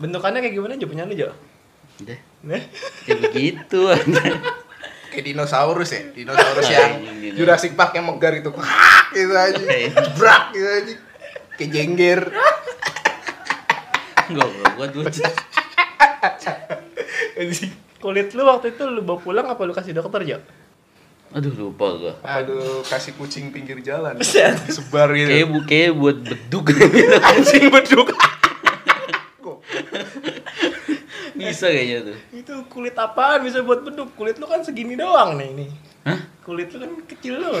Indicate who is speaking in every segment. Speaker 1: kayak gimana aja punya lu Jo?
Speaker 2: Udah.
Speaker 1: Nih.
Speaker 2: Ya begitu anjir.
Speaker 3: Kayak dinosaurus ya, dinosaurus yang
Speaker 2: Anjing, gitu.
Speaker 3: Jurassic Park yang megar gitu. gitu aja.
Speaker 2: Iya.
Speaker 3: Jebrak gitu aja. Kayak jengger.
Speaker 2: Goblok gua tuh.
Speaker 1: Anjing. Kulit lu waktu itu lu bawa pulang apa lu kasih dokter Jo?
Speaker 2: Aduh lupa gua.
Speaker 3: Aduh, kasih kucing pinggir jalan.
Speaker 1: Buset.
Speaker 3: Sebar gitu.
Speaker 2: Kayaknya bu kayaknya buat beduk gitu.
Speaker 1: Anjing beduk.
Speaker 2: Bisa kayaknya tuh.
Speaker 1: itu kulit apaan bisa buat beduk? Kulit lu kan segini doang nih ini.
Speaker 2: Hah?
Speaker 1: Kulit lu kan kecil lu.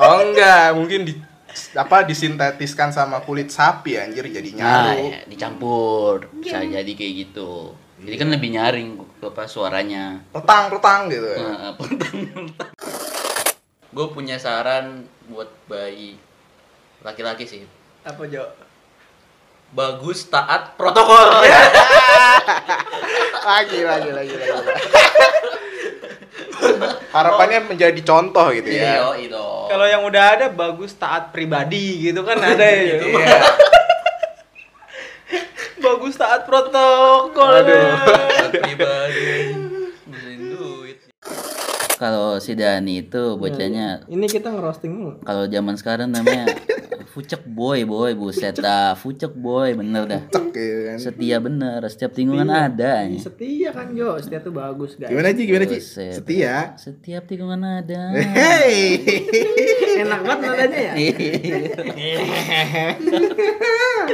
Speaker 3: Oh enggak, mungkin di apa disintetiskan sama kulit sapi anjir jadi
Speaker 2: Nah,
Speaker 3: nyaru.
Speaker 2: ya, dicampur. Bisa jadi kayak gitu. Jadi kan lebih nyaring apa suaranya.
Speaker 3: Retang-retang gitu. ya.
Speaker 2: Nah. Gue punya saran buat bayi laki-laki sih.
Speaker 1: apa Jo?
Speaker 2: Bagus taat protokol.
Speaker 3: lagi lagi lagi lagi harapannya menjadi contoh gitu ya
Speaker 2: Iya, itu.
Speaker 1: Kalau yang udah ada bagus taat pribadi gitu kan ada ya. Jo?
Speaker 3: iya
Speaker 1: bagus taat protokol.
Speaker 3: Aduh.
Speaker 2: pribadi ngurusin duit. Kalau si Dani itu bocahnya
Speaker 1: Ini kita ngerosting mulu.
Speaker 2: kalau zaman sekarang namanya fucek boy boy buset dah fucek Iya. boy bener dah
Speaker 3: Cek gitu kan
Speaker 2: setia bener setiap tikungan ada
Speaker 1: Ini Setia kan Jo, setia tuh bagus guys.
Speaker 3: gimana Ci? gimana Ci?
Speaker 2: Buset.
Speaker 3: setia
Speaker 2: setiap tikungan ada
Speaker 3: Hey.
Speaker 1: Enak banget nadanya ya.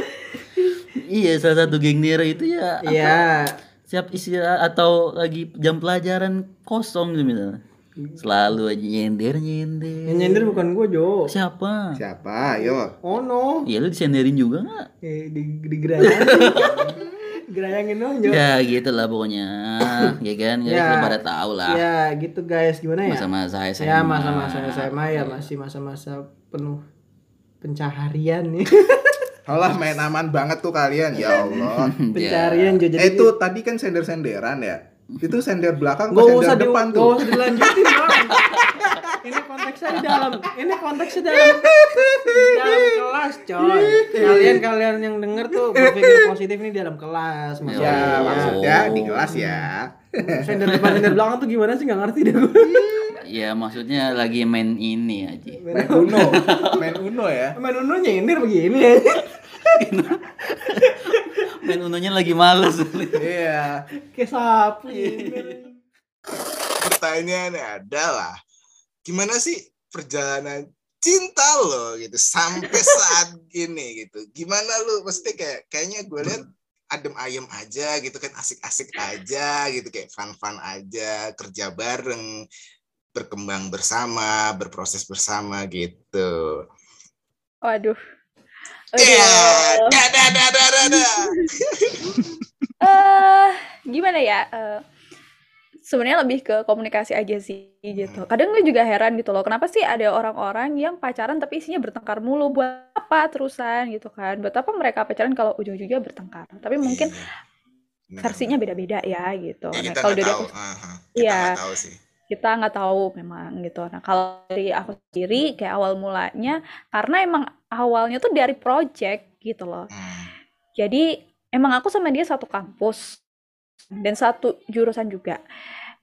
Speaker 2: iya salah satu geng Nero itu ya
Speaker 1: Iya.
Speaker 2: siap istirahat atau lagi jam pelajaran kosong gitu misalnya selalu aja nyender
Speaker 1: Yang
Speaker 2: nyender
Speaker 1: nyender bukan gue Jo.
Speaker 2: siapa
Speaker 3: siapa yo
Speaker 1: Oh no.
Speaker 2: ya lu disenderin juga nggak
Speaker 1: Eh, di digerayangin. Gerayangin dong Jo.
Speaker 2: ya gitu lah pokoknya ya kan ya, Iya.
Speaker 1: Ya.
Speaker 2: kita pada tahu lah
Speaker 1: Ya gitu guys, gimana ya?
Speaker 2: masa-masa SMA
Speaker 1: ya masa-masa SMA ya masih masa-masa penuh pencaharian nih.
Speaker 3: Alah main aman banget tuh kalian ya Allah
Speaker 1: pencarian Jo. Jadi
Speaker 3: eh, itu tadi kan sender senderan ya itu sender belakang
Speaker 1: Gak
Speaker 3: apa
Speaker 1: usah
Speaker 3: sender
Speaker 1: di,
Speaker 3: depan
Speaker 1: gak
Speaker 3: tuh
Speaker 1: usah dilanjutin Bang. Ini konteksnya di dalam, ini konteksnya di dalam, di dalam kelas coy. Kalian kalian yang denger tuh berpikir positif ini di dalam
Speaker 4: Iya,
Speaker 1: kelas maksudnya.
Speaker 3: ya
Speaker 2: Oh.
Speaker 3: maksudnya di kelas ya
Speaker 1: Sender depan sender belakang tuh gimana sih nggak ngerti deh gue.
Speaker 2: ya maksudnya lagi main ini aja
Speaker 1: Ya
Speaker 3: main uno main uno ya
Speaker 1: Main Uno nyindir begini ya.
Speaker 2: main unonya lagi males
Speaker 3: iya
Speaker 1: Kayak sapu nyindir.
Speaker 4: pertanyaannya adalah gimana sih perjalanan cinta lo gitu sampai saat ini gitu gimana lu mesti kayak kayaknya gue lihat adem ayem aja gitu kan asik-asik aja gitu kayak fun-fun aja kerja bareng berkembang bersama berproses bersama gitu
Speaker 5: Waduh. Oh, iya.
Speaker 4: yeah.
Speaker 5: Aduh.
Speaker 4: da, da, da, da, da, da.
Speaker 5: Eh, gimana ya? Eh, sebenarnya lebih ke komunikasi aja sih gitu.
Speaker 4: Hmm.
Speaker 5: Kadang gue juga heran gitu loh, kenapa sih ada orang-orang yang pacaran tapi isinya bertengkar mulu buat apa terusan gitu kan? Buat apa mereka pacaran kalau ujung-ujungnya bertengkar? Tapi mungkin
Speaker 4: Iya. Bener.
Speaker 5: versinya beda-beda ya gitu.
Speaker 4: Ya,
Speaker 5: Nah,
Speaker 4: kita
Speaker 5: kalau
Speaker 4: nggak
Speaker 5: dari
Speaker 4: tahu
Speaker 5: aku
Speaker 4: Aha, kita
Speaker 5: Iya.
Speaker 4: nggak tahu sih
Speaker 5: kita nggak tahu memang gitu. Nah, kalau dari aku sendiri kayak awal mulanya karena emang awalnya tuh dari project gitu loh.
Speaker 4: Hmm.
Speaker 5: Jadi emang aku sama dia satu kampus dan satu jurusan juga.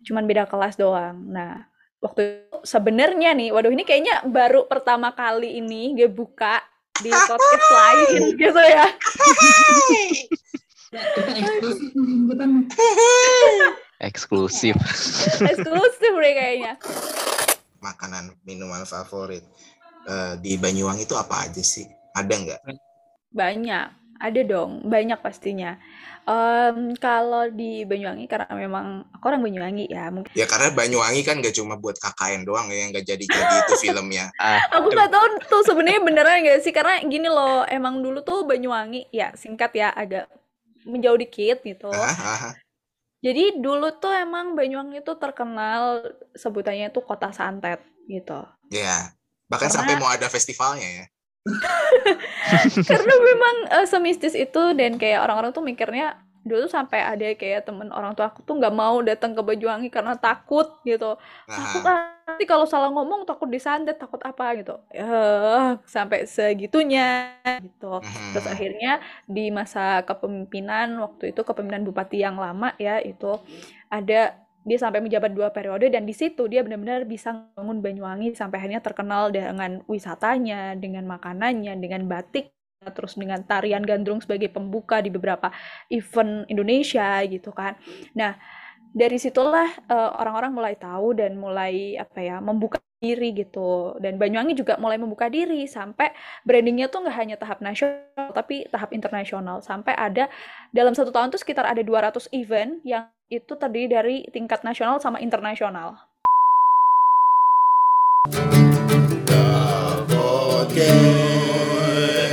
Speaker 5: Cuman beda kelas doang. Nah, waktu itu sebenarnya nih, waduh ini kayaknya baru pertama kali ini gue buka di podcast lain gitu ya.
Speaker 6: Eksklusif.
Speaker 5: Eksklusif deh kayaknya.
Speaker 4: makanan minuman favorit eh, di Banyuwangi itu apa aja sih? Ada nggak?
Speaker 5: Banyak, ada dong, banyak pastinya. Em, kalau di Banyuwangi karena memang aku orang Banyuwangi ya, mungkin
Speaker 4: Ya karena Banyuwangi kan nggak cuma buat KKN doang ya, nggak jadi-jadi itu filmnya.
Speaker 5: Aku nggak tahu tuh sebenarnya beneran nggak sih karena gini loh emang dulu tuh Banyuwangi ya singkat ya agak menjauh dikit gitu.
Speaker 4: Hah? Hah?
Speaker 5: Jadi dulu tuh emang Banyuwangi itu terkenal sebutannya itu kota santet gitu.
Speaker 4: ya, bahkan
Speaker 5: Karena-
Speaker 4: sampai mau ada festivalnya ya.
Speaker 5: Karena memang eh, semistis itu dan kayak orang-orang tuh mikirnya dulu tuh sampai ada kayak temen orang tua aku tuh nggak mau datang ke Banyuwangi karena takut gitu takut
Speaker 4: Nah,
Speaker 5: ah, nanti kalau salah ngomong takut disantet takut apa gitu eh sampai segitunya gitu
Speaker 4: Hmm.
Speaker 5: terus
Speaker 4: mhm.
Speaker 5: akhirnya di masa kepemimpinan waktu itu kepemimpinan bupati yang lama ya itu ada dia sampai menjabat dua periode dan di situ dia benar-benar bisa membangun Banyuwangi sampai akhirnya terkenal dengan wisatanya, dengan makanannya, dengan batik, terus dengan tarian gandrung sebagai pembuka di beberapa event Indonesia gitu kan. Nah, dari situlah eh, orang-orang mulai tahu dan mulai apa ya membuka diri gitu dan Banyuwangi juga mulai membuka diri sampai brandingnya tuh nggak hanya tahap nasional tapi tahap internasional sampai ada dalam satu tahun tuh sekitar ada 200 event yang itu terdiri dari tingkat nasional sama internasional
Speaker 4: Podcast.